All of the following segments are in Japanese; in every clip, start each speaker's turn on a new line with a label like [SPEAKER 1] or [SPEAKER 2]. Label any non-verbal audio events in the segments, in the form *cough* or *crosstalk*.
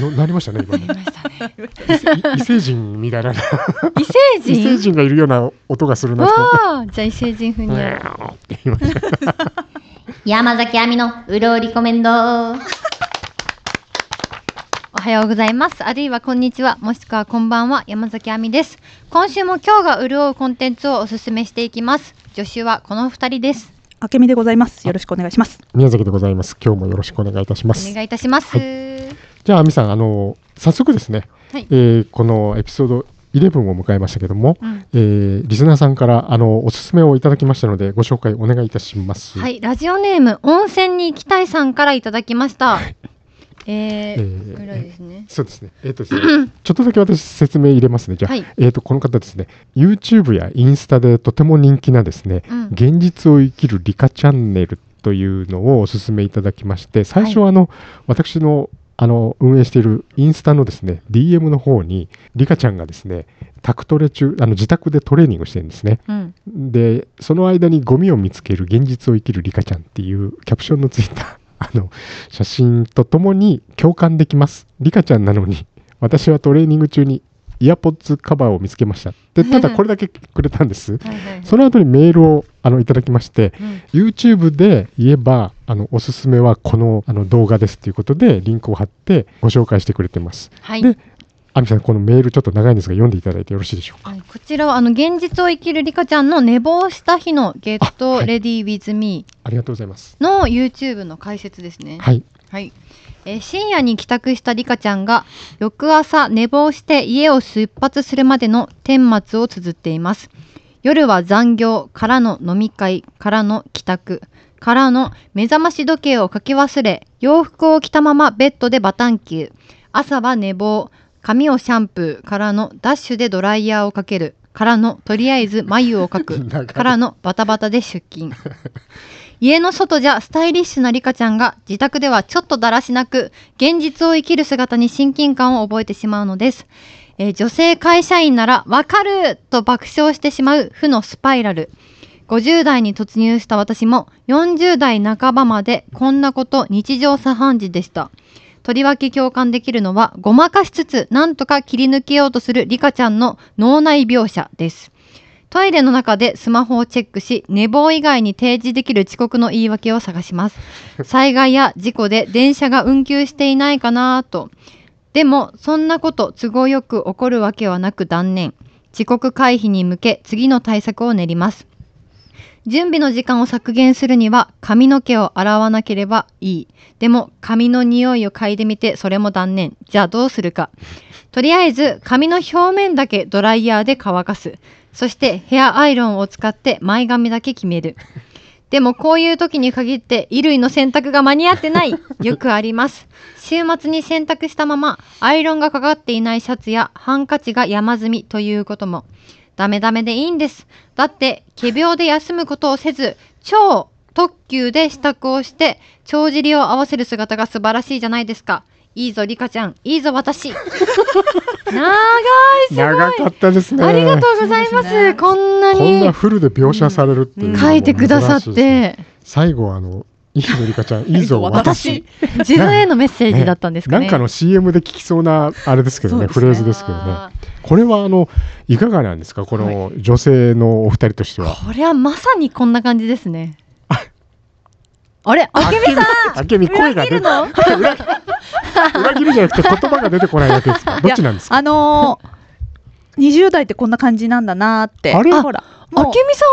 [SPEAKER 1] のなりましたね、今
[SPEAKER 2] なり
[SPEAKER 1] ね
[SPEAKER 2] ましたね。
[SPEAKER 1] 異星人みたいな、
[SPEAKER 2] 異
[SPEAKER 1] 異
[SPEAKER 2] 星
[SPEAKER 1] 星
[SPEAKER 2] 人。
[SPEAKER 1] 人がいるような音がするなと思って。
[SPEAKER 2] わあ、じゃあ異星人風に。
[SPEAKER 1] ねーって言いました
[SPEAKER 3] 山崎亜美のうろうリコメンド。
[SPEAKER 2] おはようございます。あるいはこんにちは。もしくはこんばんは。山崎亜美です。今週も今日が潤うコンテンツをおすすめしていきます。助手はこの二人です。
[SPEAKER 4] あけみでございます。よろしくお願いします。
[SPEAKER 1] 宮崎でございます。今日もよろしくお願いいたしま
[SPEAKER 2] お
[SPEAKER 1] す。
[SPEAKER 2] 願いいたします。
[SPEAKER 1] はじゃあ、亜美さん、あの早速ですね、
[SPEAKER 2] はい
[SPEAKER 1] えーこのエピソード11を迎えましたけども、
[SPEAKER 2] うん
[SPEAKER 1] えーリスナーさんからあのおすすめをいただきましたので、ご紹介お願いいたします。
[SPEAKER 2] はい、ラジオネーム温泉に行きたいさんからいただきました。え
[SPEAKER 1] え
[SPEAKER 2] ー、
[SPEAKER 1] ー
[SPEAKER 2] ぐらいですね。
[SPEAKER 1] そうですね。えっ、とです
[SPEAKER 2] *coughs*
[SPEAKER 1] ね、ちょっとだけ私説明入れますね。じゃあ、
[SPEAKER 2] はい
[SPEAKER 1] えっ、とこの方ですね、YouTube やインスタでとても人気なですね、
[SPEAKER 2] うん
[SPEAKER 1] 現実を生きるリカチャンネルというのをお勧めいただきまして、最初はあの、私のあの運営しているインスタのですね DM の方にリカちゃんがですね宅トレ中あの自宅でトレーニングしてるんですね。
[SPEAKER 2] うん、
[SPEAKER 1] でその間にゴミを見つける現実を生きるリカちゃんっていうキャプションのついた *laughs* あの写真とともに共感できますリカちゃんなのに私はトレーニング中にイヤポッツカバーを見つけましたでただこれだけくれたんです
[SPEAKER 2] はいはいはい。
[SPEAKER 1] その後にメールをあのいただきまして
[SPEAKER 2] うん
[SPEAKER 1] YouTube で言えばあのおすすめはこのあの動画ですということでリンクを貼ってご紹介してくれてます
[SPEAKER 2] はい。
[SPEAKER 1] で亜美さんこのメールちょっと長いんですが読んでいただいてよろしいでしょうか
[SPEAKER 2] はいこちらはあの現実を生きるリカちゃんの寝坊した日のゲッ
[SPEAKER 1] あ
[SPEAKER 2] ト
[SPEAKER 1] はい
[SPEAKER 2] レディーウィズミ
[SPEAKER 1] ありがとうございます
[SPEAKER 2] ーの YouTube の解説ですね。
[SPEAKER 1] はい
[SPEAKER 2] はい。えー深夜に帰宅したリカちゃんが翌朝寝坊して家を出発するまでの顛末を綴っています。夜は残業からの飲み会からの帰宅からの目覚まし時計をかけ忘れ洋服を着たままベッドでバタンキュー朝は寝坊髪をシャンプーからのダッシュでドライヤーをかけるからのとりあえず眉を描
[SPEAKER 1] 長い
[SPEAKER 2] くからのバタバタで出勤家の外じゃスタイリッシュなリカちゃんが自宅ではちょっとだらしなく現実を生きる姿に親近感を覚えてしまうのです、えー女性会社員ならわかると爆笑してしまう負のスパイラル50代に突入した私も40代半ばまでこんなこと日常茶飯事でしたとりわけ共感できるのはごまかしつつなんとか切り抜けようとするリカちゃんの脳内描写ですトイレの中でスマホをチェックし寝坊以外に提示できる遅刻の言い訳を探します災害や事故で電車が運休していないかなとでもそんなこと都合よく起こるわけはなく断念遅刻回避に向け次の対策を練ります準備の時間を削減するには髪の毛を洗わなければいいでも髪の匂いを嗅いでみてそれも断念じゃあどうするかとりあえず髪の表面だけドライヤーで乾かすそしてヘアアイロンを使って前髪だけ決めるでもこういう時に限って衣類の洗濯が間に合ってないよくあります週末に洗濯したままアイロンがかかっていないシャツやハンカチが山積みということもダメダメでいいんですだって仮病で休むことをせず超特急で支度をして帳尻を合わせる姿が素晴らしいじゃないですかいいぞリカちゃんいいぞ私長いすごい
[SPEAKER 1] 長かったですね
[SPEAKER 2] ありがとうございます。
[SPEAKER 4] そうですね
[SPEAKER 2] こんな
[SPEAKER 1] こんな
[SPEAKER 2] に
[SPEAKER 1] フルで描写されるっていうのも
[SPEAKER 2] 書いてくださっ
[SPEAKER 1] 珍しいですね
[SPEAKER 2] て、
[SPEAKER 1] 最後はあのいいのりかちゃんいいぞ私
[SPEAKER 4] 私
[SPEAKER 2] 自分へのメッセージだったんですか
[SPEAKER 1] な
[SPEAKER 2] ね。
[SPEAKER 1] んかの CM で聞きそうなあれですけどね
[SPEAKER 4] そ
[SPEAKER 1] フ
[SPEAKER 4] うですね
[SPEAKER 1] レーズですけどねこれはあのいかがなんですかこの女性のお二人としては
[SPEAKER 2] これはまさにこんな感じですね。あれ、あけみさん、
[SPEAKER 1] あけみ声
[SPEAKER 2] 裏
[SPEAKER 1] が
[SPEAKER 2] 切
[SPEAKER 1] 出
[SPEAKER 2] る
[SPEAKER 1] て
[SPEAKER 2] の？
[SPEAKER 1] 裏切裏切るじゃなくて言葉が出てこないわけですかどっちなんですか
[SPEAKER 4] *laughs* あのー、20代ってこんな感じなんだなーって。
[SPEAKER 1] あれ
[SPEAKER 4] ほら。
[SPEAKER 2] あ
[SPEAKER 4] もう
[SPEAKER 2] けみさ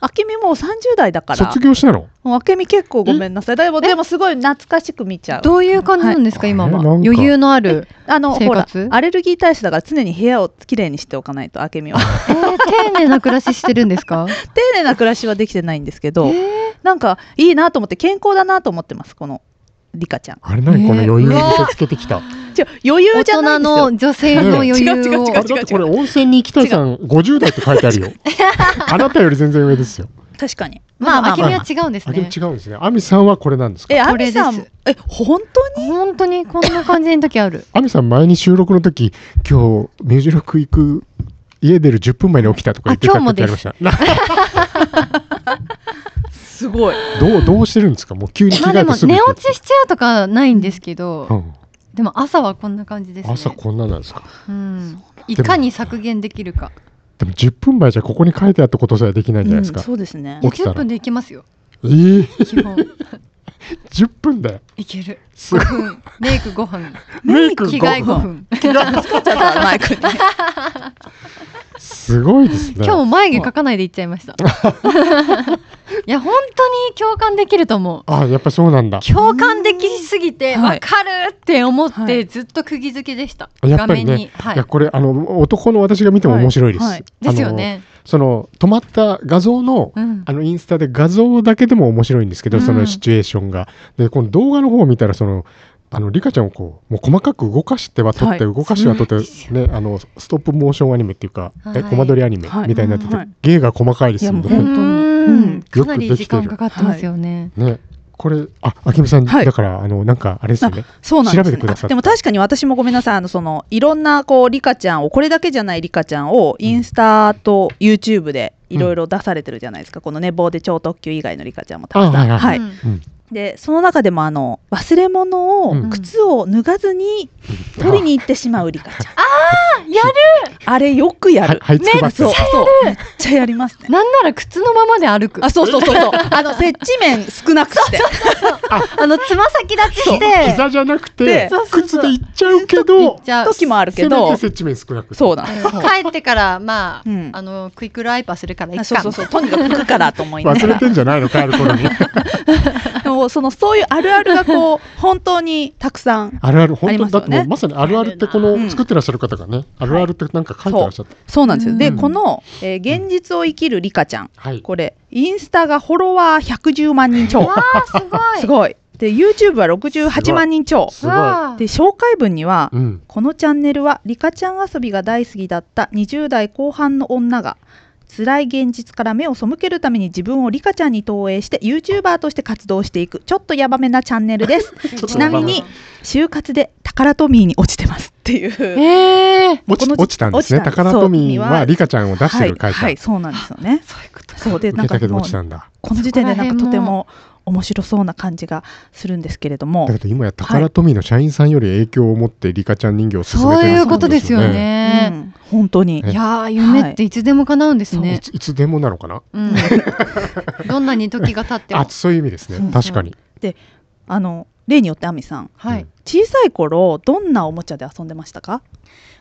[SPEAKER 4] あけみもう30代だから。
[SPEAKER 1] 卒業したの
[SPEAKER 4] もうあけみ結構ごめんなさい。でも、
[SPEAKER 2] え
[SPEAKER 4] でもすごい懐かしく見ち
[SPEAKER 2] ん
[SPEAKER 4] ゃ
[SPEAKER 2] は
[SPEAKER 4] う。
[SPEAKER 2] どういう感じなんですか、
[SPEAKER 1] はい
[SPEAKER 2] 今は
[SPEAKER 1] あれなんか
[SPEAKER 2] 余裕のある、
[SPEAKER 4] あの、
[SPEAKER 2] 生
[SPEAKER 4] ほら
[SPEAKER 2] 活、
[SPEAKER 4] アレルギー体質だから常に部屋をきれいにしておかないと、あけみは。
[SPEAKER 2] えー丁寧な暮らししてるんですか？
[SPEAKER 4] 丁寧な暮らしはできてないんですけ
[SPEAKER 2] え
[SPEAKER 4] ど、
[SPEAKER 2] ー
[SPEAKER 4] なんかいいなと思って、健康だなと思ってます、このリカちゃん。
[SPEAKER 1] あれ何この余裕
[SPEAKER 2] え
[SPEAKER 1] に
[SPEAKER 2] ー
[SPEAKER 1] 見せつけてきた
[SPEAKER 4] 違う余
[SPEAKER 2] 大
[SPEAKER 4] 裕じゃな
[SPEAKER 2] 人
[SPEAKER 4] いん
[SPEAKER 2] の
[SPEAKER 4] ですよ。
[SPEAKER 2] 女性の余裕を、
[SPEAKER 4] ね違う違う違う
[SPEAKER 1] あれだってこれ温泉に行きたいさん50代って書いて
[SPEAKER 2] *laughs*
[SPEAKER 1] あるよあなたより全然上ですよ
[SPEAKER 4] 確かに。
[SPEAKER 2] まあ、あけ
[SPEAKER 4] ま
[SPEAKER 2] みは違うんです
[SPEAKER 1] あけみ
[SPEAKER 2] ね。
[SPEAKER 1] 違うんですね亜美さんはこれなんですか
[SPEAKER 4] え、ア
[SPEAKER 2] これ
[SPEAKER 4] ミ
[SPEAKER 2] です
[SPEAKER 4] さん、え、本当に
[SPEAKER 2] 本当にこんな感じの時ある。
[SPEAKER 1] 亜美さん前に収録の時今日ミュージロック行く家出る10分前に起きたとか言ってた
[SPEAKER 2] あ今日も
[SPEAKER 1] 時ありましたな
[SPEAKER 4] すごい。
[SPEAKER 2] *laughs*
[SPEAKER 1] どうどうしてるんですかもう急に着
[SPEAKER 2] まあ
[SPEAKER 1] 替
[SPEAKER 2] で
[SPEAKER 1] えて
[SPEAKER 2] も
[SPEAKER 1] すぐ
[SPEAKER 2] 寝
[SPEAKER 1] 行く
[SPEAKER 2] 落ちしちゃうとかないんですけど、
[SPEAKER 1] うん
[SPEAKER 2] でも朝はこんな感じですね。
[SPEAKER 1] 朝こんななんですか
[SPEAKER 2] うん、いかに削減できるか。
[SPEAKER 1] でも10分前じゃここに書いてあったことすらできないんじゃないですか、
[SPEAKER 4] そうですね
[SPEAKER 1] う。ん起きたら
[SPEAKER 2] 10分でいけますよ。
[SPEAKER 1] えー、
[SPEAKER 2] 基本
[SPEAKER 1] 10分だよ
[SPEAKER 2] いける。
[SPEAKER 1] す
[SPEAKER 2] 5
[SPEAKER 1] ごい
[SPEAKER 2] 分、メイク5分、
[SPEAKER 1] メイク
[SPEAKER 2] 着替え5
[SPEAKER 1] 5分
[SPEAKER 2] 分。
[SPEAKER 4] 気が使っちゃったマイクに。
[SPEAKER 1] すごいですね
[SPEAKER 2] 今日も眉毛描かないでいっちゃいました。いや本当に共感できると思う。
[SPEAKER 1] あやっぱそうなんだ
[SPEAKER 2] 共感できすぎて
[SPEAKER 4] うん
[SPEAKER 2] わかるって思っ
[SPEAKER 4] はい
[SPEAKER 2] てずっと釘付けでした。
[SPEAKER 1] やっ
[SPEAKER 2] 画
[SPEAKER 1] ぱり
[SPEAKER 2] 面
[SPEAKER 1] ね
[SPEAKER 2] に、はい
[SPEAKER 1] やこれあの男の私が見ても面白いです、
[SPEAKER 4] はいはい
[SPEAKER 1] あの
[SPEAKER 2] ですよね。
[SPEAKER 1] その止まった画像の
[SPEAKER 2] うん
[SPEAKER 1] あのインスタで画像だけでも面白いんですけど、
[SPEAKER 2] うん
[SPEAKER 1] そのシチュエーションがでこの動画の方を見たらそのあのリカちゃんをこうもう細かく動かしては撮って、
[SPEAKER 4] は
[SPEAKER 1] 動かしては撮って
[SPEAKER 2] そうなんです、
[SPEAKER 1] ね、あのストップモーションアニメっていうか、
[SPEAKER 2] はい
[SPEAKER 1] えコマ撮りアニメ
[SPEAKER 4] はい
[SPEAKER 1] みたいになってて、
[SPEAKER 4] はい
[SPEAKER 1] 芸が細かいですよ
[SPEAKER 4] いや
[SPEAKER 1] ね
[SPEAKER 4] もう本当に
[SPEAKER 2] うん
[SPEAKER 1] よ
[SPEAKER 2] か
[SPEAKER 1] く
[SPEAKER 2] なり
[SPEAKER 1] で
[SPEAKER 2] 時
[SPEAKER 1] きてる
[SPEAKER 2] 間かかってますよね。
[SPEAKER 1] ねこれああけみさん、
[SPEAKER 4] はい
[SPEAKER 1] だからあのなんかあれですよね
[SPEAKER 4] そうなんです、ね、
[SPEAKER 1] 調べてくださった
[SPEAKER 4] あでも確かに私もごめんなさいあのそのいろんなこうリカちゃんをこれだけじゃないリカちゃんをインスタと YouTube でいろいろ出されてるじゃないですか、この寝坊で超特急以外のリカちゃんもたくさん
[SPEAKER 1] あはいはい
[SPEAKER 4] はい
[SPEAKER 2] うん
[SPEAKER 1] うん
[SPEAKER 4] でその中でもあの忘れ物
[SPEAKER 1] う
[SPEAKER 4] を
[SPEAKER 1] ん
[SPEAKER 4] 靴を脱がずに取りに行ってしまうリカちゃん、
[SPEAKER 2] やる
[SPEAKER 4] あれよくや
[SPEAKER 1] は
[SPEAKER 4] る、
[SPEAKER 1] はいつくばって
[SPEAKER 4] そうそうめっちゃやりますね
[SPEAKER 2] なんなら靴のままで歩く。
[SPEAKER 4] あそうそうそうそうあの接地面少なくして
[SPEAKER 2] あのつま先立ちして
[SPEAKER 1] 膝じゃなく
[SPEAKER 4] で
[SPEAKER 1] て
[SPEAKER 2] そうそうそ
[SPEAKER 1] 靴
[SPEAKER 2] う
[SPEAKER 1] で行っちゃうけ
[SPEAKER 2] 行
[SPEAKER 1] ど
[SPEAKER 2] っちゃう。
[SPEAKER 4] 時もあるけ
[SPEAKER 1] せめ
[SPEAKER 4] ど
[SPEAKER 1] て接地面少なく
[SPEAKER 4] そうなんです
[SPEAKER 2] 帰ってからまあ、
[SPEAKER 4] うん
[SPEAKER 2] あのクイックルワイパーするからいっ
[SPEAKER 4] あ
[SPEAKER 2] か。
[SPEAKER 4] そうそうそうとにかく行くからと思いなが
[SPEAKER 1] *laughs* 忘
[SPEAKER 4] ら
[SPEAKER 1] れてんじゃないの帰る頃に
[SPEAKER 4] でもそのそういうあるあるがこう本当にたくさん
[SPEAKER 1] あるある本
[SPEAKER 4] あり
[SPEAKER 1] 当
[SPEAKER 4] ま
[SPEAKER 1] に
[SPEAKER 4] すよ
[SPEAKER 1] だっ
[SPEAKER 4] ね
[SPEAKER 1] てもうまさにあるあるってこ
[SPEAKER 4] う
[SPEAKER 1] の
[SPEAKER 4] ん
[SPEAKER 1] 作ってらっしゃる方がねあるあるってなんか書いてらっしゃった
[SPEAKER 4] そうなんですよ、
[SPEAKER 2] う
[SPEAKER 4] で
[SPEAKER 1] ん
[SPEAKER 4] この、えー現実を生きるリカちゃん
[SPEAKER 1] はい
[SPEAKER 4] これインスタがフォロワー110万人超
[SPEAKER 2] わあすごい。
[SPEAKER 4] すごいで YouTube は68万人超
[SPEAKER 1] すごい
[SPEAKER 2] わあ
[SPEAKER 4] で紹介文には、
[SPEAKER 1] うん
[SPEAKER 4] このチャンネルはリカちゃん遊びが大好きだった20代後半の女が辛い現実から目を背けるために自分をリカちゃんに投影して YouTuber として活動していくちょっとヤバめなチャンネルです
[SPEAKER 1] ちょっと
[SPEAKER 4] ちなみに就活で宝トミーに落ちてますっていう
[SPEAKER 2] ええ
[SPEAKER 1] 落
[SPEAKER 4] こ
[SPEAKER 1] ち
[SPEAKER 4] の
[SPEAKER 1] 落ちたんですね
[SPEAKER 4] 落ちた
[SPEAKER 1] 宝富ミ
[SPEAKER 4] そう
[SPEAKER 1] はリカちゃんを出してる
[SPEAKER 4] は
[SPEAKER 1] 会
[SPEAKER 4] い、
[SPEAKER 1] 社
[SPEAKER 4] はい、
[SPEAKER 1] 受
[SPEAKER 4] そうなんですよね
[SPEAKER 2] そういうこと。
[SPEAKER 4] そうでなん
[SPEAKER 1] け
[SPEAKER 4] か
[SPEAKER 1] たけど
[SPEAKER 4] もう
[SPEAKER 1] 落ちたんだ
[SPEAKER 4] この時点でなんかとて
[SPEAKER 2] そこら辺
[SPEAKER 4] も面白そうな感じがするんですけれども
[SPEAKER 1] だけど今や宝富ミの社員さんより影響を持ってリカちゃん人形を進め
[SPEAKER 2] そう
[SPEAKER 1] てる
[SPEAKER 2] いうことですよ
[SPEAKER 4] う
[SPEAKER 2] ね。
[SPEAKER 4] ん本当に
[SPEAKER 1] ね
[SPEAKER 2] いやー夢っていつでも叶うんです
[SPEAKER 1] い
[SPEAKER 2] ね。
[SPEAKER 1] ついつでもなのかな
[SPEAKER 2] うん。どんなに時が経っても
[SPEAKER 1] あ。そういう意味です
[SPEAKER 4] そう
[SPEAKER 1] ね
[SPEAKER 4] そう
[SPEAKER 1] 確かに
[SPEAKER 4] あの例によって亜美さん
[SPEAKER 2] はい。
[SPEAKER 4] 小さい頃どんなおもちゃで遊んでましたか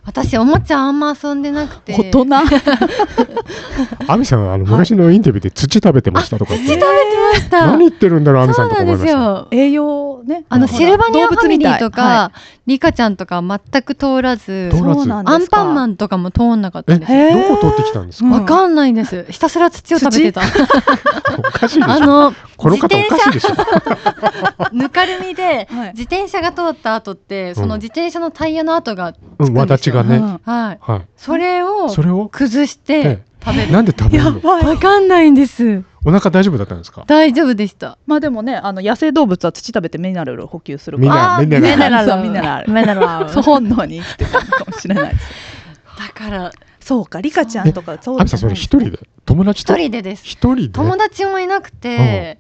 [SPEAKER 2] 私おもちゃあんま遊んでなくて。
[SPEAKER 4] 大
[SPEAKER 2] *laughs*
[SPEAKER 4] 人
[SPEAKER 2] 食べ
[SPEAKER 1] アミさんあの昔のインタビューで土食べてましたとか言って
[SPEAKER 4] え
[SPEAKER 2] てました。
[SPEAKER 1] 何言ってるんだろうアミ
[SPEAKER 2] そ
[SPEAKER 1] さん
[SPEAKER 2] う
[SPEAKER 1] と
[SPEAKER 2] な
[SPEAKER 1] か
[SPEAKER 2] ん
[SPEAKER 1] 思い
[SPEAKER 2] で
[SPEAKER 1] ますしたよ
[SPEAKER 2] よ。
[SPEAKER 4] 栄養ね
[SPEAKER 2] あの
[SPEAKER 4] ほら
[SPEAKER 2] シルバニアフ
[SPEAKER 4] 動物
[SPEAKER 2] ァミリ
[SPEAKER 4] みた
[SPEAKER 2] ー
[SPEAKER 4] い
[SPEAKER 2] と
[SPEAKER 4] は
[SPEAKER 2] か、リカちゃんとか全く通らず
[SPEAKER 4] い
[SPEAKER 1] 通ら
[SPEAKER 4] そうなんです
[SPEAKER 2] アンパンマ
[SPEAKER 4] ン
[SPEAKER 2] ンとかも通んなかったんですよ。
[SPEAKER 4] へえ
[SPEAKER 1] どこ通ってきたんですか
[SPEAKER 4] うん
[SPEAKER 2] わかんないんです。ひたすら土を食べてた。
[SPEAKER 1] おかしいでし
[SPEAKER 2] あ
[SPEAKER 1] ょ
[SPEAKER 2] の、
[SPEAKER 1] この方おかしいでしょ
[SPEAKER 2] ぬかるみで、
[SPEAKER 4] はい
[SPEAKER 2] 自転車が通った後って、その自転車のタイヤの跡が、
[SPEAKER 1] うんわだちがね
[SPEAKER 2] はい。
[SPEAKER 1] は
[SPEAKER 2] それを
[SPEAKER 1] いそれを
[SPEAKER 2] 崩して
[SPEAKER 1] え
[SPEAKER 2] 食べる。
[SPEAKER 1] なんで食べる
[SPEAKER 4] や
[SPEAKER 1] の
[SPEAKER 4] ば
[SPEAKER 2] わ
[SPEAKER 4] い
[SPEAKER 2] かんないんです。
[SPEAKER 1] お腹大丈夫だったんですか
[SPEAKER 2] 大丈夫でした。
[SPEAKER 4] まあでもねあの野生動物は土食べてミネラルを補給するか
[SPEAKER 1] ミネ
[SPEAKER 4] ら
[SPEAKER 1] ラ
[SPEAKER 2] あー
[SPEAKER 1] ミネ
[SPEAKER 4] ラル
[SPEAKER 2] そう
[SPEAKER 4] ミネ
[SPEAKER 2] ミネ
[SPEAKER 4] ラル
[SPEAKER 2] ラル
[SPEAKER 4] そう本能に生きてたのかもしれないです
[SPEAKER 2] だから、
[SPEAKER 4] そうかリカちゃんとかそう
[SPEAKER 1] アミさんそれ一人で友達と
[SPEAKER 2] 一人でです。
[SPEAKER 1] 一人で
[SPEAKER 2] 友達もいなくて、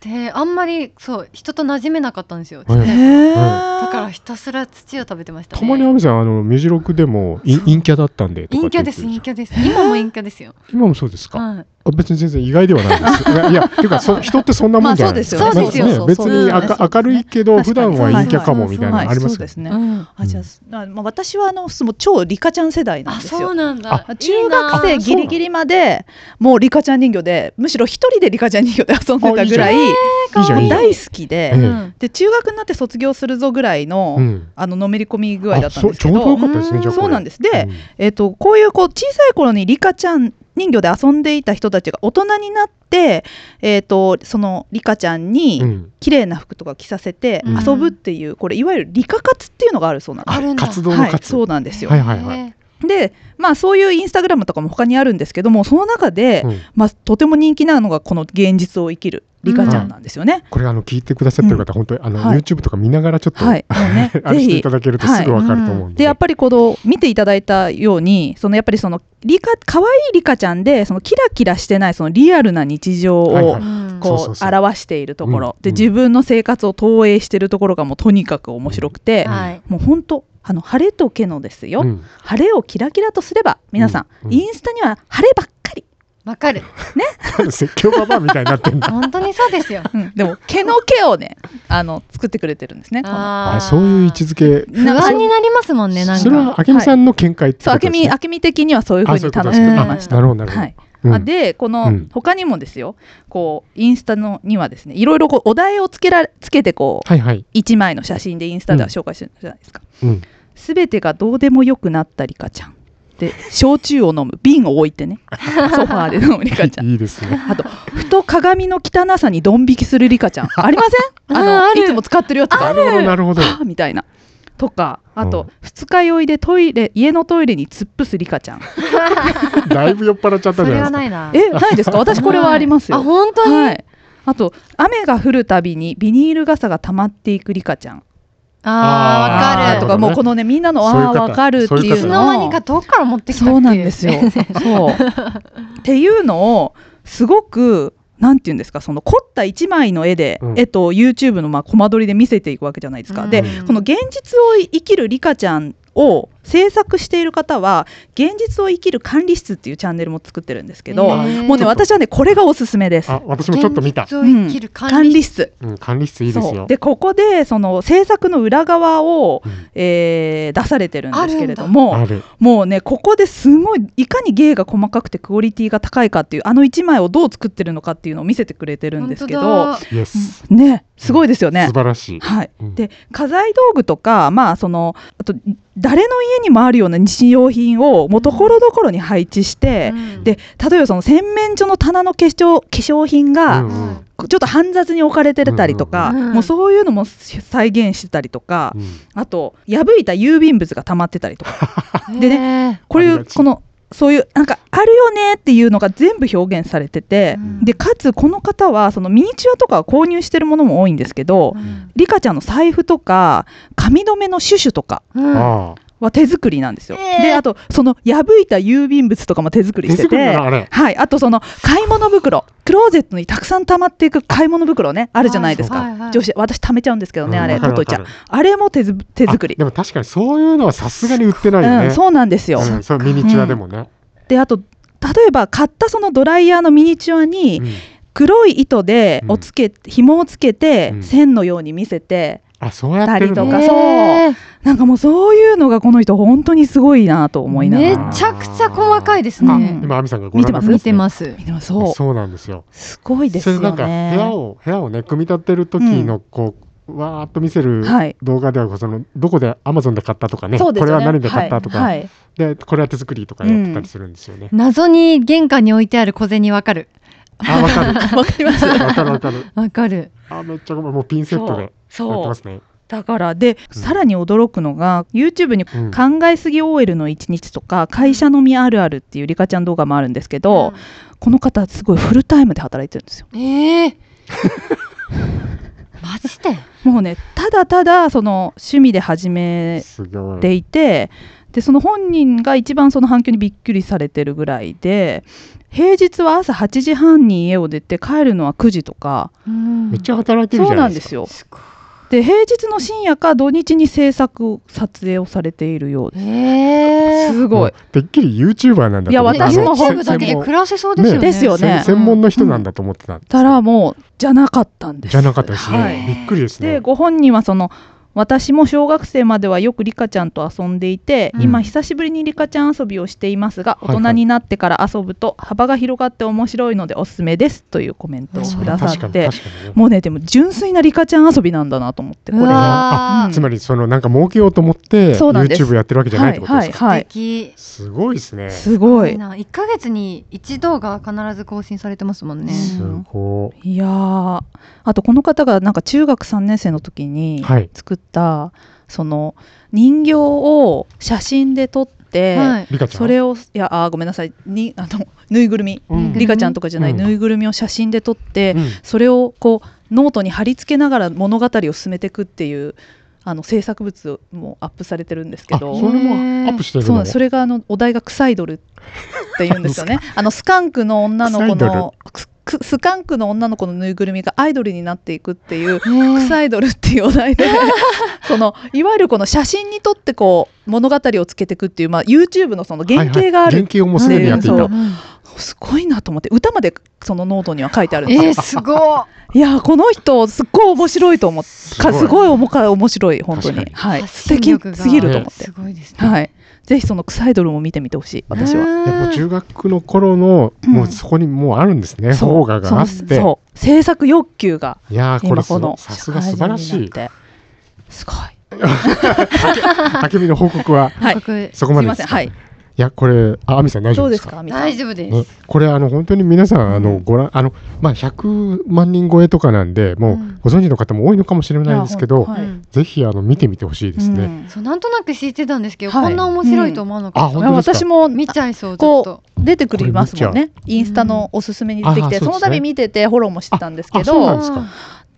[SPEAKER 2] で、あんまり、そう、人と馴染めなかったんですよ。ちっちゃい頃
[SPEAKER 1] へ
[SPEAKER 4] え
[SPEAKER 2] だからひたすら土を食べてましたね。
[SPEAKER 1] たまにアミさんあのミュージロクでもい陰キャだったんでとか
[SPEAKER 2] 陰
[SPEAKER 1] って
[SPEAKER 2] キ
[SPEAKER 1] 言
[SPEAKER 2] ャ
[SPEAKER 1] って
[SPEAKER 2] で
[SPEAKER 1] る
[SPEAKER 2] す、陰キャです。
[SPEAKER 1] じゃん
[SPEAKER 2] 今も陰キャですよ。
[SPEAKER 1] 今もそうですか
[SPEAKER 2] はい
[SPEAKER 1] あ別に全然意外ではないですいやいやっていうかそ人ってそんなもんじゃない
[SPEAKER 4] まあそ
[SPEAKER 2] よ
[SPEAKER 4] うです
[SPEAKER 2] ねそうですよ
[SPEAKER 1] ね
[SPEAKER 4] そう
[SPEAKER 1] 別
[SPEAKER 4] そう
[SPEAKER 1] にあか
[SPEAKER 4] そう
[SPEAKER 1] 明るいけど普段は陰キャかも
[SPEAKER 2] 確
[SPEAKER 1] み
[SPEAKER 2] か
[SPEAKER 1] たい
[SPEAKER 2] に
[SPEAKER 1] なのありま
[SPEAKER 4] そ
[SPEAKER 1] すよ
[SPEAKER 4] うで
[SPEAKER 1] ね
[SPEAKER 4] すね、
[SPEAKER 2] うん
[SPEAKER 4] あじゃああまあ私はあのもう超リカちゃん世代なん
[SPEAKER 2] あ、
[SPEAKER 4] です
[SPEAKER 2] そ
[SPEAKER 4] よ
[SPEAKER 2] うなんだ。
[SPEAKER 4] あ中学
[SPEAKER 2] い
[SPEAKER 4] 生
[SPEAKER 2] いな
[SPEAKER 4] ギリギリまでもうリカちゃん人形でむしろ一人でリカちゃん人形で遊んでたぐらい
[SPEAKER 1] いいじゃんいいじゃん
[SPEAKER 4] 大好きで、
[SPEAKER 1] ええ
[SPEAKER 2] うん
[SPEAKER 4] で中学になって卒業するぞぐらいの、
[SPEAKER 1] うん
[SPEAKER 4] あののめり込み具合だ
[SPEAKER 1] あ
[SPEAKER 4] ったん
[SPEAKER 1] そ
[SPEAKER 4] で
[SPEAKER 1] う
[SPEAKER 4] す
[SPEAKER 1] ち
[SPEAKER 4] け
[SPEAKER 1] ょうど
[SPEAKER 4] ど
[SPEAKER 1] よかったですねじゃあこれ
[SPEAKER 4] そうなんですで、
[SPEAKER 1] うん
[SPEAKER 4] えっとこういうこう小さい頃にリカちゃん人形で遊んでいた人たちが大人になって、えっとそのリカちゃん
[SPEAKER 1] う
[SPEAKER 4] に
[SPEAKER 1] ん
[SPEAKER 4] 綺麗な服とかを着させて
[SPEAKER 2] うん
[SPEAKER 4] 遊ぶっていう、これいわゆるリカ活っていうのがあるそうなんです
[SPEAKER 2] あるんだ
[SPEAKER 1] 活動の
[SPEAKER 4] はい、
[SPEAKER 1] 活
[SPEAKER 4] そうなんですよ、
[SPEAKER 1] はいはいはい
[SPEAKER 2] へ
[SPEAKER 4] で、まあ、そういうインスタグラムとかも他にあるんですけどもその中で、
[SPEAKER 1] うん
[SPEAKER 4] まあ、とても人気なのがこの現実を生きるリカちゃんなんですよね。
[SPEAKER 1] これあの聞いてくださってる方、本当にあの、
[SPEAKER 4] はい
[SPEAKER 1] YouTube とか見ながらちょっと、
[SPEAKER 4] はい、もうね
[SPEAKER 1] *laughs* あれしていただけるとすぐわかると思うんで。
[SPEAKER 4] でやっぱりこの見ていただいたようにそのやっぱりそのリカ可愛いリカちゃんでそのキラキラしてないそのリアルな日常
[SPEAKER 1] はいは
[SPEAKER 4] を
[SPEAKER 1] い
[SPEAKER 2] うん
[SPEAKER 1] そう
[SPEAKER 4] こう表しているところ
[SPEAKER 1] うん
[SPEAKER 4] で
[SPEAKER 1] うん
[SPEAKER 4] 自分の生活を投影しているところがもうとにかく面白くて
[SPEAKER 2] はい
[SPEAKER 4] もう本当あの晴れとけのですよ、
[SPEAKER 1] うん
[SPEAKER 4] 晴れをキラキラとすれば皆さん、
[SPEAKER 1] うんうん
[SPEAKER 4] インスタには晴ればっかり、
[SPEAKER 2] わかる
[SPEAKER 1] *laughs* 説教ババアみたいになってん
[SPEAKER 4] *laughs*
[SPEAKER 1] だ。
[SPEAKER 2] 本当にそうですよ
[SPEAKER 4] うん
[SPEAKER 1] *laughs*
[SPEAKER 4] でも毛の毛をねあの作ってくれてるんですねこ
[SPEAKER 2] *laughs*
[SPEAKER 4] の
[SPEAKER 2] あ
[SPEAKER 1] あ
[SPEAKER 2] ー
[SPEAKER 1] そういう位置づけ。
[SPEAKER 2] 不安になりますもんねなん
[SPEAKER 1] それ
[SPEAKER 2] か
[SPEAKER 1] はあけみさんの見解って
[SPEAKER 4] そう
[SPEAKER 1] こと
[SPEAKER 4] あけ
[SPEAKER 1] ですね
[SPEAKER 4] みあけみ的にはそういうふう
[SPEAKER 1] あそうい
[SPEAKER 4] に
[SPEAKER 1] うこと
[SPEAKER 4] 楽
[SPEAKER 1] で
[SPEAKER 4] し
[SPEAKER 1] す
[SPEAKER 4] め
[SPEAKER 1] ね
[SPEAKER 4] まし
[SPEAKER 1] な
[SPEAKER 4] た。
[SPEAKER 1] るほどなるほど。
[SPEAKER 4] はい
[SPEAKER 1] うん
[SPEAKER 4] あでこ
[SPEAKER 1] う
[SPEAKER 4] の
[SPEAKER 1] ん
[SPEAKER 4] 他にもですよ、こうインスタのにはですねいろいろこうお題をつけらつけてこう
[SPEAKER 1] はいはい。
[SPEAKER 4] 一枚の写真でインスタでは紹介してるじゃないですか。
[SPEAKER 1] うん
[SPEAKER 4] すべてがどうでもよくなったリカちゃん。で、焼酎を飲む、瓶を置い
[SPEAKER 1] *laughs*
[SPEAKER 4] てね、ソファーで飲むリカちゃん。
[SPEAKER 1] いいですね。
[SPEAKER 4] あと、ふと鏡の汚さにドン引きするリカちゃん。ありませ
[SPEAKER 1] *laughs*
[SPEAKER 4] んあ
[SPEAKER 2] あ
[SPEAKER 4] の
[SPEAKER 2] ーある
[SPEAKER 4] いつも使ってるやつ
[SPEAKER 1] な
[SPEAKER 4] が。
[SPEAKER 1] るほどなるほど。
[SPEAKER 4] はあみたいな。とか、あ
[SPEAKER 1] う
[SPEAKER 4] と
[SPEAKER 1] ん、
[SPEAKER 4] 二日酔いでトイレ、家のトイレに突っ伏すリカちゃん。
[SPEAKER 1] だいぶ酔っ払っちゃった
[SPEAKER 2] そ
[SPEAKER 1] じ
[SPEAKER 2] れ
[SPEAKER 1] ゃ
[SPEAKER 2] は
[SPEAKER 1] な
[SPEAKER 2] ないい *laughs* な
[SPEAKER 4] え、ないですか私これはあります
[SPEAKER 2] あ
[SPEAKER 4] よ。
[SPEAKER 2] 本当に、
[SPEAKER 4] はい。あと、雨が降るたびにビニール傘が溜まっていくリカちゃん。
[SPEAKER 2] あー
[SPEAKER 1] あ
[SPEAKER 2] わ
[SPEAKER 1] ー
[SPEAKER 2] かる
[SPEAKER 1] と
[SPEAKER 4] とか
[SPEAKER 1] かね
[SPEAKER 4] もうこのねみんなの
[SPEAKER 1] そういう
[SPEAKER 4] ああ
[SPEAKER 1] 方
[SPEAKER 4] わかるって
[SPEAKER 1] そういう
[SPEAKER 4] い
[SPEAKER 1] 方
[SPEAKER 2] いうつ
[SPEAKER 1] る
[SPEAKER 2] の間
[SPEAKER 4] の
[SPEAKER 2] に
[SPEAKER 4] を
[SPEAKER 2] か遠くから持ってきたってい
[SPEAKER 4] そうなんですよ
[SPEAKER 2] *laughs*
[SPEAKER 4] そうっていうのをすごくなんて言うんですかその凝った一枚の絵で、
[SPEAKER 1] うん
[SPEAKER 4] えっと YouTube のまあコマ撮りで見せていくわけじゃないですか。
[SPEAKER 2] うん
[SPEAKER 4] でこの現実を生きるリカちゃんを制作している方は現実を生きる管理室っていうチャンネルも作ってるんですけど、
[SPEAKER 1] へー
[SPEAKER 4] もうね私はねこれがおすすめです。
[SPEAKER 1] あ私もちょっと見た
[SPEAKER 2] 現。実を生きる管理,、
[SPEAKER 4] 室
[SPEAKER 1] うん管理室いいです
[SPEAKER 4] そう
[SPEAKER 1] よ。
[SPEAKER 4] でここでその制作の裏側を、
[SPEAKER 1] うん
[SPEAKER 4] えー出されてるんですけれども
[SPEAKER 1] ある。
[SPEAKER 4] もうねここですごいいかに芸が細かくてクオリティが高いかっていうあの1枚をどう作ってるのかっていうのを見せてくれてるんですけど
[SPEAKER 2] 本当だ
[SPEAKER 1] イエス。
[SPEAKER 4] ねすごいですよね
[SPEAKER 1] 素。晴らしい。
[SPEAKER 4] はい、
[SPEAKER 1] うん
[SPEAKER 4] で家財道具とか、まあ、そのあと誰の家にもあるような日用品をもうところどころに配置して、
[SPEAKER 2] うん
[SPEAKER 4] で例えばその洗面所の棚の化粧化粧品が、
[SPEAKER 1] うんうん
[SPEAKER 4] こうちょっと煩雑に置かれてたりとか、
[SPEAKER 2] うんうんうん
[SPEAKER 4] もうそういうのも再現してたりとか、
[SPEAKER 1] うん
[SPEAKER 4] あと破いた郵便物が溜まってたりとかで
[SPEAKER 2] ね
[SPEAKER 4] こ
[SPEAKER 1] あ
[SPEAKER 4] れ
[SPEAKER 1] りがち
[SPEAKER 4] このそういうなんかあるよねっていうのが全部表現されてて、
[SPEAKER 2] うん
[SPEAKER 4] でかつこの方はそのミニチュアとかを購入してるものも多いんですけど、
[SPEAKER 2] うん
[SPEAKER 4] リカちゃんの財布とか髪留めのシュシュとか
[SPEAKER 2] うん
[SPEAKER 1] ああ。
[SPEAKER 4] は手作りなんですよ。
[SPEAKER 2] えー
[SPEAKER 4] であとその破いた郵便物とかも手作り
[SPEAKER 1] 手
[SPEAKER 4] して
[SPEAKER 1] 作りだ
[SPEAKER 4] て
[SPEAKER 1] な。あれ。
[SPEAKER 4] はい、あとその買い物袋クローゼットにたくさん溜まっていく買い物袋ねあるじゃないですか、
[SPEAKER 2] はいはいはい
[SPEAKER 4] 女子私溜めちゃうんですけどね、
[SPEAKER 1] うん
[SPEAKER 4] あれ
[SPEAKER 1] わか
[SPEAKER 4] 取っ
[SPEAKER 1] る
[SPEAKER 4] と
[SPEAKER 1] わ
[SPEAKER 4] いち
[SPEAKER 1] か
[SPEAKER 4] ゃう
[SPEAKER 1] る
[SPEAKER 4] あれも手ず手作
[SPEAKER 1] あ
[SPEAKER 4] り
[SPEAKER 1] でも確かにそういうのはさすがに売ってないよね。
[SPEAKER 4] うん、そうなんですよ、
[SPEAKER 1] うんそうミニチュアでもね。
[SPEAKER 4] であと例えば買ったそのドライヤーのミニチュアに
[SPEAKER 1] うん
[SPEAKER 4] 黒い糸で
[SPEAKER 1] うん
[SPEAKER 4] おつけ、紐をつけて
[SPEAKER 1] うん
[SPEAKER 4] 線のように見せて、
[SPEAKER 1] あそうやってる
[SPEAKER 4] と
[SPEAKER 1] の
[SPEAKER 4] か
[SPEAKER 1] ね
[SPEAKER 4] そうなんかもうそういうのがこの人本当にすごいなと思いなが
[SPEAKER 2] め
[SPEAKER 4] ら
[SPEAKER 2] ちゃくちゃ細かいです
[SPEAKER 4] あ
[SPEAKER 2] ね
[SPEAKER 1] 今亜美さんがご
[SPEAKER 2] 見
[SPEAKER 1] 覧
[SPEAKER 2] て
[SPEAKER 1] にな
[SPEAKER 2] ま
[SPEAKER 1] っ
[SPEAKER 2] す
[SPEAKER 1] て
[SPEAKER 2] 見
[SPEAKER 1] ます
[SPEAKER 2] て
[SPEAKER 1] ね。
[SPEAKER 2] ます
[SPEAKER 4] でもそう
[SPEAKER 1] そうなんですよ。
[SPEAKER 4] すごいです
[SPEAKER 1] それな
[SPEAKER 4] よ
[SPEAKER 1] んか部屋
[SPEAKER 4] ね。
[SPEAKER 1] を部屋をね組み立てる時のこう、わーっと見せる
[SPEAKER 4] はい
[SPEAKER 1] 動画ではそのどこでアマゾンで買ったとかね
[SPEAKER 4] そうです
[SPEAKER 1] こ
[SPEAKER 4] よ
[SPEAKER 1] れ
[SPEAKER 4] ね
[SPEAKER 1] は何で買ったとか、
[SPEAKER 4] はいはい
[SPEAKER 1] でこれは手作りとかやってたりするんですよね。
[SPEAKER 2] 謎に玄関に置いてある小銭わかる
[SPEAKER 1] あわかる
[SPEAKER 4] わかります。
[SPEAKER 1] わかるわかる。
[SPEAKER 2] わかる
[SPEAKER 1] あめっちゃごめんもうピンセットでやって
[SPEAKER 4] そ
[SPEAKER 1] ま
[SPEAKER 4] う
[SPEAKER 1] すね。
[SPEAKER 4] だからで、
[SPEAKER 1] うん
[SPEAKER 4] さらに驚くのが YouTube に
[SPEAKER 1] うん
[SPEAKER 4] 考えすぎ OL の一日とか会社飲みあるあるっていうリカちゃん動画もあるんですけど、この方すごいフルタイムで働いてるんですよ
[SPEAKER 2] うんえ *laughs* えマジで
[SPEAKER 4] もうねただただその趣味で始め
[SPEAKER 1] すごい。
[SPEAKER 4] ていてでその本人が一番その反響にびっくりされてるぐらいで平日は朝8時半に家を出て帰るのは9時とか
[SPEAKER 1] めっちゃ働いてる
[SPEAKER 4] そ
[SPEAKER 1] じ
[SPEAKER 4] う
[SPEAKER 1] ゃな
[SPEAKER 4] ないん
[SPEAKER 1] で
[SPEAKER 4] です
[SPEAKER 1] か。
[SPEAKER 4] すよで平日の深夜か土日に制作撮影をされているようで
[SPEAKER 2] ええ
[SPEAKER 4] すごい
[SPEAKER 1] うんてっきりユーチューバーなんだと思って
[SPEAKER 4] いや私も
[SPEAKER 1] あの
[SPEAKER 4] 本
[SPEAKER 2] YouTube だけで暮らせそうですよね
[SPEAKER 1] ね
[SPEAKER 4] ですよね
[SPEAKER 1] せ専門の人なんだと思ってたんですけ
[SPEAKER 4] た
[SPEAKER 1] ど
[SPEAKER 4] らもうじゃなかったんです
[SPEAKER 1] じゃなかったですね、
[SPEAKER 4] はい
[SPEAKER 1] びっくりです
[SPEAKER 4] で
[SPEAKER 1] ね。
[SPEAKER 4] ご本人はその私も小学生まではよくリカちゃんと遊んでいて、
[SPEAKER 1] うん
[SPEAKER 4] 今久しぶりにリカちゃん遊びをしていますが
[SPEAKER 1] はいは
[SPEAKER 4] 大
[SPEAKER 1] い
[SPEAKER 4] 人になってから遊ぶと幅が広がって面白いのでおすすめですというコメントを
[SPEAKER 2] そう
[SPEAKER 4] く
[SPEAKER 1] 確
[SPEAKER 4] だ
[SPEAKER 1] か
[SPEAKER 4] さ
[SPEAKER 1] に確
[SPEAKER 4] っ
[SPEAKER 1] か
[SPEAKER 4] て
[SPEAKER 1] にね
[SPEAKER 4] もうねでも純粋なリカちゃん遊びなんだなと思ってこれ
[SPEAKER 2] う
[SPEAKER 4] が
[SPEAKER 2] わ
[SPEAKER 4] うん
[SPEAKER 1] つまりそのなんか儲けようと思って
[SPEAKER 4] そうなんです
[SPEAKER 1] YouTube やってるわけじゃないってことですか、
[SPEAKER 4] はい
[SPEAKER 2] 素敵
[SPEAKER 1] すごいですね
[SPEAKER 4] すごい
[SPEAKER 2] な1ヶ月に1動画必ず更新されてますもんね
[SPEAKER 1] すご
[SPEAKER 4] いやーあとこの方がなんか中学3年生の時
[SPEAKER 1] い
[SPEAKER 4] に
[SPEAKER 1] はい
[SPEAKER 4] 作った、その人形を写真で撮って、
[SPEAKER 2] はい。
[SPEAKER 1] リカちゃん
[SPEAKER 4] それをいやあーごめんなさいにあのぬいぐるみ、
[SPEAKER 1] うん
[SPEAKER 4] リカちゃんとかじゃない、
[SPEAKER 1] うん
[SPEAKER 4] ぬいぐるみを写真で撮って、
[SPEAKER 1] うん
[SPEAKER 4] それをこうノートに貼り付けながら物語を進めていくっていうあの制作物もアップされてるんですけ
[SPEAKER 1] あ
[SPEAKER 4] ど
[SPEAKER 1] それもアップしてる
[SPEAKER 4] そう
[SPEAKER 1] の
[SPEAKER 4] それがあのお題が「クサイドル」って言うんですよねあのスカンクの女の子
[SPEAKER 1] クサイド
[SPEAKER 4] のスクスカンクの女の子のぬいぐるみがアイドルになっていくっていう
[SPEAKER 2] ね
[SPEAKER 4] クサイドルっていうお題でそのいわゆるこの写真に撮ってこう物語をつけていくっていう、まあ、YouTube のその原型があ
[SPEAKER 1] はいはい
[SPEAKER 4] る、
[SPEAKER 1] 原型をもうすでにやってい
[SPEAKER 4] うん
[SPEAKER 1] た
[SPEAKER 4] そ。すごいなと思って歌までそのノートには書いてあるんですよ
[SPEAKER 2] えー、すごい。
[SPEAKER 4] いやーこの人すっごい面白いと思って
[SPEAKER 1] す
[SPEAKER 4] かすごい重か面白い本当に
[SPEAKER 1] 確かに
[SPEAKER 4] はい
[SPEAKER 2] 発
[SPEAKER 4] 素
[SPEAKER 2] 信
[SPEAKER 4] 敵
[SPEAKER 2] 力が
[SPEAKER 4] すぎると思って、
[SPEAKER 2] すごいですね。
[SPEAKER 4] はいぜひそのクサイドルも見てみてほしい私は。
[SPEAKER 1] やっ
[SPEAKER 2] は
[SPEAKER 1] ぱ中学の頃の、
[SPEAKER 4] うん
[SPEAKER 1] もうそこにもうあるんですね、
[SPEAKER 4] そう
[SPEAKER 1] 邦画があっ
[SPEAKER 4] そ
[SPEAKER 1] て。
[SPEAKER 4] のそう制作欲求が
[SPEAKER 1] いやー、これ
[SPEAKER 4] 今
[SPEAKER 1] す
[SPEAKER 4] こ
[SPEAKER 1] ご
[SPEAKER 4] の
[SPEAKER 1] さすが素晴ら
[SPEAKER 4] 社会人
[SPEAKER 1] し
[SPEAKER 4] に
[SPEAKER 1] い。
[SPEAKER 4] なってすごい
[SPEAKER 1] *laughs* あけみの報告は
[SPEAKER 4] はい
[SPEAKER 2] い。
[SPEAKER 1] そこ
[SPEAKER 4] す
[SPEAKER 1] ま
[SPEAKER 4] い
[SPEAKER 1] で
[SPEAKER 4] ま
[SPEAKER 1] で
[SPEAKER 4] せ
[SPEAKER 1] す
[SPEAKER 4] ん
[SPEAKER 1] か。
[SPEAKER 4] はい
[SPEAKER 1] いや、これ、あ、あみさん大丈
[SPEAKER 4] ど
[SPEAKER 1] 夫
[SPEAKER 4] う
[SPEAKER 1] で
[SPEAKER 4] ですす
[SPEAKER 1] か
[SPEAKER 4] かみ
[SPEAKER 2] 大丈夫です。
[SPEAKER 1] ね、これあの本当に皆さんあのご覧あの、まあ、100万人超えとかなんでもう
[SPEAKER 2] うん
[SPEAKER 1] ご存知の方も多いのかもしれないんですけど、
[SPEAKER 4] いやはい
[SPEAKER 2] うん
[SPEAKER 1] ぜひあの見てみてほしいですね。
[SPEAKER 2] そうなんとなく知ってたんですけど、
[SPEAKER 4] はい
[SPEAKER 2] こんな面白いと思わなか
[SPEAKER 1] あ
[SPEAKER 2] った、
[SPEAKER 1] 本当ですか
[SPEAKER 4] 私も
[SPEAKER 2] 見ちゃいそうちょっ
[SPEAKER 4] こう
[SPEAKER 2] と
[SPEAKER 4] 出てくりますもんねインスタのおすすめに出てきて、
[SPEAKER 1] うんあー
[SPEAKER 4] その
[SPEAKER 1] そうですね
[SPEAKER 4] 度見ててフォローもしてたんですけ
[SPEAKER 1] あそうなん
[SPEAKER 4] ど
[SPEAKER 1] ですか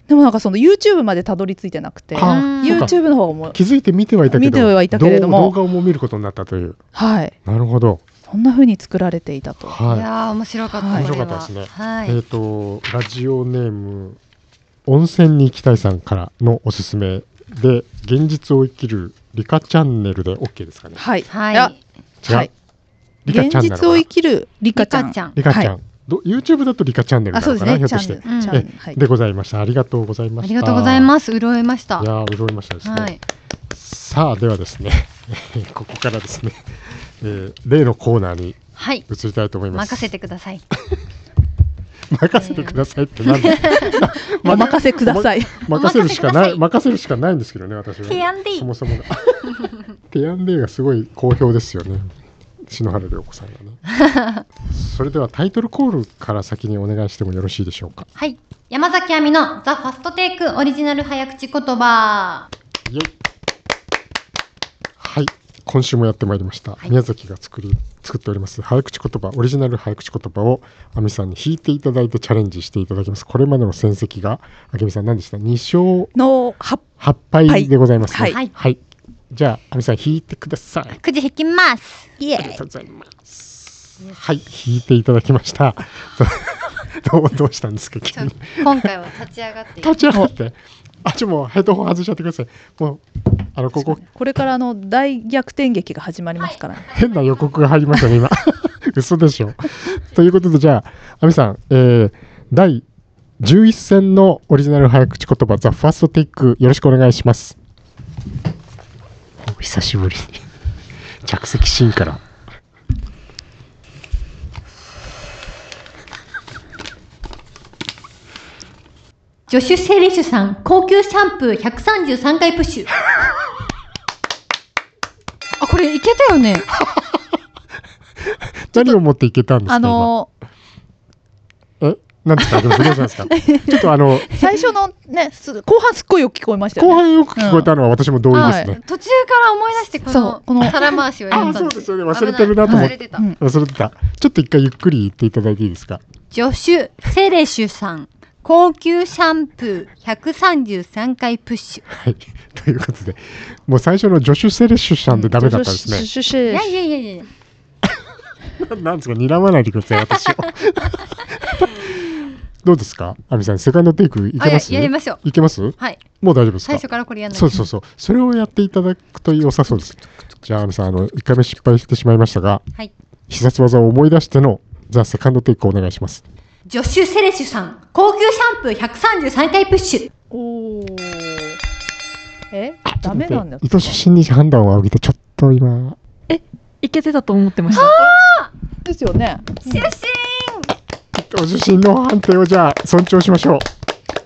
[SPEAKER 4] でもなんかその YouTube までたどり着いてなくて
[SPEAKER 1] あ
[SPEAKER 2] うん
[SPEAKER 1] そうか
[SPEAKER 4] YouTube の方も
[SPEAKER 1] 気づいて見てはいたけど
[SPEAKER 4] 見てはいたけれども
[SPEAKER 1] 動動画をもう見ることになったという
[SPEAKER 4] はい
[SPEAKER 1] なるほど、
[SPEAKER 4] そんな風に作られていたと
[SPEAKER 2] い
[SPEAKER 1] は
[SPEAKER 2] やー面白かった、
[SPEAKER 4] はい
[SPEAKER 2] これは
[SPEAKER 1] 面白かったですね
[SPEAKER 2] はい
[SPEAKER 1] いえっ、とラジオネーム温泉に行きたいさんからのおすすめで現実を生きるリカチャンネルで OK ですかね
[SPEAKER 4] はい
[SPEAKER 2] はいい
[SPEAKER 4] や
[SPEAKER 1] 違う、
[SPEAKER 4] はい
[SPEAKER 1] リカチャ
[SPEAKER 4] 現
[SPEAKER 1] ンネル
[SPEAKER 4] 実を生きるリカちゃ
[SPEAKER 2] リカ
[SPEAKER 4] ん
[SPEAKER 2] ちゃん
[SPEAKER 1] リカちゃん、
[SPEAKER 4] はい
[SPEAKER 1] ど YouTube だとリカチャンネルな
[SPEAKER 4] あそう
[SPEAKER 1] の
[SPEAKER 4] で
[SPEAKER 1] か
[SPEAKER 4] す
[SPEAKER 1] な、ひょ
[SPEAKER 4] ね
[SPEAKER 1] っ
[SPEAKER 2] うん
[SPEAKER 1] として
[SPEAKER 4] チャンネルチャンネルはい
[SPEAKER 1] でございましたありがとうございま
[SPEAKER 2] あ
[SPEAKER 1] した
[SPEAKER 2] りがとうございます潤いました
[SPEAKER 1] いやー潤いましたですね、
[SPEAKER 2] はい
[SPEAKER 1] さあではですね *laughs* ここからですね、えー例のコーナーに
[SPEAKER 2] はい
[SPEAKER 1] 移りたいと思います
[SPEAKER 2] 任せてください
[SPEAKER 1] 任せてくださいって
[SPEAKER 2] *laughs*
[SPEAKER 1] なんだ
[SPEAKER 4] お任せください
[SPEAKER 1] 任せるしかない
[SPEAKER 2] お任せください
[SPEAKER 1] 任せるしかないんですけどね私は
[SPEAKER 3] テヤンディ
[SPEAKER 1] そもそ *laughs* もがテヤンディがすごい好評ですよね篠原涼子さんがね
[SPEAKER 2] *laughs*
[SPEAKER 1] それではタイトルコールから先にお願いしてもよろしいでしょうか
[SPEAKER 3] はい。山崎亜美のザ・ファストテイクオリジナル早口言葉。
[SPEAKER 1] イエイはい今週もやってまいりました、宮崎が作り作っております早口言葉オリジナル早口言葉をあみさんに弾いていただいてチャレンジしていただきますこれまでの戦績があけみさん何でした2勝
[SPEAKER 4] のは
[SPEAKER 1] 8敗でございますね
[SPEAKER 4] はい
[SPEAKER 2] はい
[SPEAKER 1] じゃああみさん弾いてください
[SPEAKER 3] くじ引きます。
[SPEAKER 4] イエ
[SPEAKER 1] ありがとうございますはい弾いていただきました *laughs* どうどうしたんですか
[SPEAKER 2] ち
[SPEAKER 1] 急
[SPEAKER 2] ょ
[SPEAKER 1] に
[SPEAKER 2] 今回は立ち上がってい
[SPEAKER 1] 立ち上がってあちょもうヘッドホン外しちゃってくださいもうあのここ
[SPEAKER 4] これからあの大逆転劇が始まりますからね
[SPEAKER 1] 変な予告が入りましたね、今。 *laughs* 嘘でしょ。ということで、じゃあ、亜美さん、えー第11戦のオリジナル早口言葉、ザ・ファーストテイク、よろしくお願いします。お久しぶりに着席シーンから。
[SPEAKER 3] 助手セリシュさん、高級シャンプー133回プッシュ。
[SPEAKER 2] あこれいけたよね
[SPEAKER 1] 何を持っていけたんですか、
[SPEAKER 4] あの
[SPEAKER 1] 今え何ですかどうしたんですかちょっとあ *laughs* の、
[SPEAKER 4] ー最初のねす後半すっごいよく聞こえましたよ
[SPEAKER 1] 後
[SPEAKER 4] ね
[SPEAKER 1] 半よく聞こえたのは私も同意ですね。
[SPEAKER 2] 途中から思い出してこ
[SPEAKER 4] そう
[SPEAKER 2] の
[SPEAKER 4] この
[SPEAKER 2] 皿回しをや
[SPEAKER 1] あ
[SPEAKER 2] った
[SPEAKER 1] そ
[SPEAKER 2] ん
[SPEAKER 1] う
[SPEAKER 2] で
[SPEAKER 1] ですすよね。忘れてるなと
[SPEAKER 2] 危
[SPEAKER 1] 思
[SPEAKER 2] ない忘れ
[SPEAKER 1] って。
[SPEAKER 2] てた、
[SPEAKER 4] うん
[SPEAKER 1] 忘れてた。ちょっと一回ゆっくり言っていただいていいですか
[SPEAKER 2] 助手セレシュさん高級シャンプー133回プッシュ
[SPEAKER 1] はい。 *laughs* ということで、もう最初のジョシュ・セレッシュさんでダメだったんですね。
[SPEAKER 4] シュシ
[SPEAKER 2] い
[SPEAKER 4] ュ
[SPEAKER 2] や
[SPEAKER 4] シ
[SPEAKER 2] い
[SPEAKER 4] ュ
[SPEAKER 2] やいやいや
[SPEAKER 1] *laughs* なんですか、睨まないでください、私を。 *laughs* どうですか、亜美さん、セカンドテイクいけ
[SPEAKER 2] あい
[SPEAKER 1] ま
[SPEAKER 2] や
[SPEAKER 1] す
[SPEAKER 2] やりましょう
[SPEAKER 1] いけますもう
[SPEAKER 2] はい
[SPEAKER 1] 大丈夫です
[SPEAKER 2] 最
[SPEAKER 1] か
[SPEAKER 2] 初からこれやんない
[SPEAKER 1] そうそうそう。それをやっていただくと良さそうです。じゃあ、亜美さん、あの、1回目失敗してしまいましたが、
[SPEAKER 2] はい
[SPEAKER 1] 必殺技を思い出しての、ザ・セカンドテイクをお願いします。
[SPEAKER 3] 助手セレシュさん、高級シャンプー133回プッシュ。
[SPEAKER 4] おーえダメなんだ
[SPEAKER 1] ちょっと待って意図初心に判断を仰ぎて、ちょっと今、
[SPEAKER 5] いけてたと思ってました。
[SPEAKER 4] ですよね
[SPEAKER 1] 意図初心の判定をじゃあ、尊重しましょう。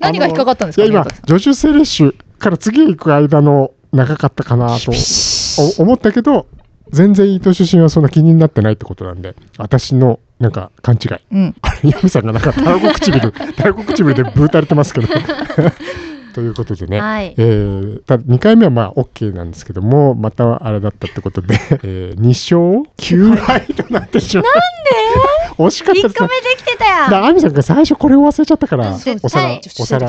[SPEAKER 4] 何が引っかかったんです
[SPEAKER 1] い
[SPEAKER 4] か
[SPEAKER 1] や
[SPEAKER 4] ね
[SPEAKER 1] 今
[SPEAKER 4] 岩田さん
[SPEAKER 1] ジョシュ・セレッシュから次へ行く間の長かったかなとお思ったけど全然伊藤出身はそんな気になってないってことなんで私のなんか勘違い *laughs*
[SPEAKER 4] うん
[SPEAKER 1] あれヤミさんがなんかタラコ唇タラコ唇でぶーたれてますけど *laughs* ということでね、
[SPEAKER 2] はい
[SPEAKER 1] え。ーただ2回目はまあ OK なんですけどもまたあれだったってことで、え2勝9敗となってしまったなんで惜しかった
[SPEAKER 2] 一
[SPEAKER 1] です
[SPEAKER 2] 個目
[SPEAKER 1] ね
[SPEAKER 2] できてたやん
[SPEAKER 1] だアミさんが最初これを忘れちゃったから
[SPEAKER 2] そう
[SPEAKER 1] お皿
[SPEAKER 2] 絶
[SPEAKER 1] お皿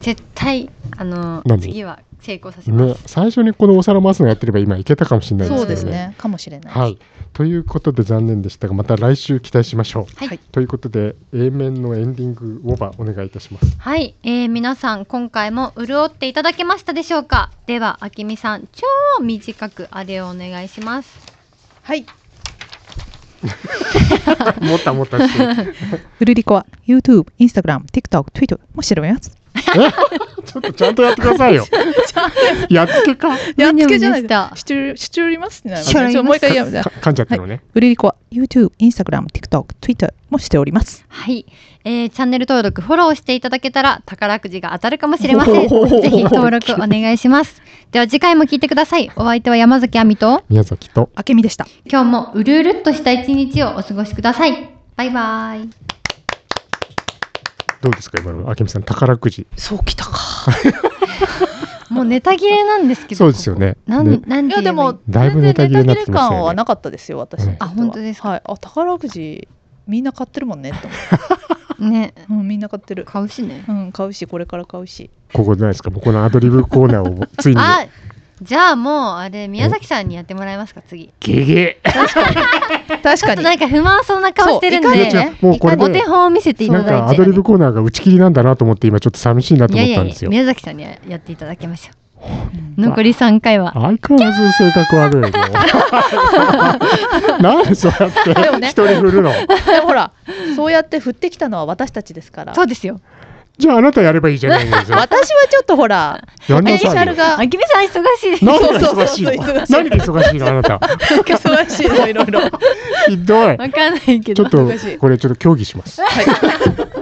[SPEAKER 2] 絶対、あの
[SPEAKER 1] 何、
[SPEAKER 2] 次は成功させま
[SPEAKER 1] ね
[SPEAKER 2] す。
[SPEAKER 1] 最初にこのお皿回すのやってれば今いけたかもしれないです
[SPEAKER 6] そう
[SPEAKER 1] け
[SPEAKER 6] で
[SPEAKER 1] ど
[SPEAKER 6] す
[SPEAKER 1] ね。
[SPEAKER 6] ね。かもしれない。
[SPEAKER 1] はい、ということで残念でしたがまた来週期待しましょう。
[SPEAKER 2] はい
[SPEAKER 1] ということで A 面のエンディングオーバーお願いいたします。
[SPEAKER 2] はい、えー、皆さん今回も潤っていただけましたでしょうかではあきみさん超短くあれをお願いします
[SPEAKER 4] はい
[SPEAKER 1] もったもったし
[SPEAKER 2] *laughs*
[SPEAKER 1] てる
[SPEAKER 4] ウルリコは YouTube、Instagram、TikTok、Twitter もしてるやつ *laughs*
[SPEAKER 1] ちょっとちゃんとやってくださいよ。やっつけか。
[SPEAKER 4] やっつけじゃない
[SPEAKER 2] むにゃむにゃした
[SPEAKER 4] しちゅるしちゅりますってなる
[SPEAKER 2] しちゅります
[SPEAKER 4] ちょもう一回やめ *laughs* て
[SPEAKER 1] か噛んじゃったのね。
[SPEAKER 4] ウルリコは YouTube、Instagram、TikTok、Twitter もしております
[SPEAKER 2] はい、えー、チャンネル登録フォローしていただけたら宝くじが当たるかもしれませ *laughs* んぜひ登録お願いし *laughs* ますでは次回も聞いてくださいお相手は山崎亜美と
[SPEAKER 1] 宮崎と
[SPEAKER 4] あけみでした
[SPEAKER 2] 今日もうるうるっとした一日をお過ごしくださいバイバイ
[SPEAKER 1] どうですか今の明美さん宝くじ。
[SPEAKER 6] そうきたか。
[SPEAKER 2] もうネタ切れなんですけど
[SPEAKER 1] そうですよね。
[SPEAKER 2] ここなん、
[SPEAKER 1] ね
[SPEAKER 2] なん
[SPEAKER 6] い
[SPEAKER 2] て
[SPEAKER 6] や
[SPEAKER 2] 言えば
[SPEAKER 6] で
[SPEAKER 2] い
[SPEAKER 6] も、
[SPEAKER 1] だいぶネタ切れになってきました
[SPEAKER 6] 全然ネタ
[SPEAKER 1] よね
[SPEAKER 6] 切れ感はなかったですよ、私にとっては。
[SPEAKER 2] あ本当ですか
[SPEAKER 6] はい。あ、宝くじ、みんな買ってるもんね、と思って
[SPEAKER 2] いね
[SPEAKER 6] うん、みんな買ってる。
[SPEAKER 2] 買うしね
[SPEAKER 6] うん、買うし、これから買うし。
[SPEAKER 1] ここじゃないですか。もうこのアドリブコーナーをついに。
[SPEAKER 2] *laughs* あじゃあもうあれ宮崎さんにやってもらえますか次
[SPEAKER 1] ゲゲ。
[SPEAKER 6] 確
[SPEAKER 2] ちょっ
[SPEAKER 6] か
[SPEAKER 2] と
[SPEAKER 6] に。
[SPEAKER 2] なんか不満そうな顔してるん
[SPEAKER 6] そうい
[SPEAKER 2] で、
[SPEAKER 6] かにね
[SPEAKER 1] もうこれ
[SPEAKER 2] お手
[SPEAKER 1] で。
[SPEAKER 2] 本を見せてい
[SPEAKER 1] な
[SPEAKER 2] た
[SPEAKER 1] んか
[SPEAKER 2] だ
[SPEAKER 1] ア
[SPEAKER 2] いて、
[SPEAKER 1] ドリブコーナーが打ち切りなんだなと思って今ちょっと寂しいなと
[SPEAKER 2] いやい
[SPEAKER 1] 思っ
[SPEAKER 2] や
[SPEAKER 1] た
[SPEAKER 2] い
[SPEAKER 1] んで
[SPEAKER 2] や
[SPEAKER 1] すよ。
[SPEAKER 2] 宮崎さんにはやっていただきましょ
[SPEAKER 6] うん
[SPEAKER 2] う残り3回は
[SPEAKER 1] 相変わらず性格悪い
[SPEAKER 6] *laughs*
[SPEAKER 1] の。なんでそうや
[SPEAKER 6] でも
[SPEAKER 1] って
[SPEAKER 6] ね
[SPEAKER 1] 一人振る
[SPEAKER 6] *laughs*
[SPEAKER 1] の。
[SPEAKER 6] でもほら、そうやって振ってきたのは私たちですから。
[SPEAKER 2] そうですよ
[SPEAKER 1] じゃああなたやればいいじゃないのよ。
[SPEAKER 6] 私はちょっとほら、
[SPEAKER 1] やん
[SPEAKER 6] ポテ
[SPEAKER 1] な
[SPEAKER 6] ンシ
[SPEAKER 1] さ
[SPEAKER 6] ャ
[SPEAKER 1] い
[SPEAKER 6] ル
[SPEAKER 1] よ。
[SPEAKER 6] が
[SPEAKER 2] あきみさん忙しいです
[SPEAKER 1] 何
[SPEAKER 6] そう
[SPEAKER 1] が
[SPEAKER 6] そう
[SPEAKER 1] 忙
[SPEAKER 6] そ
[SPEAKER 1] しいうの
[SPEAKER 6] 忙しい
[SPEAKER 1] 何で忙しいのあなた。
[SPEAKER 6] 忙しいの、いろいろ。 *laughs*
[SPEAKER 1] ひどい。
[SPEAKER 2] わかんないけ
[SPEAKER 1] ちょ
[SPEAKER 2] ど
[SPEAKER 1] っとこれちょっと協議します。
[SPEAKER 6] はい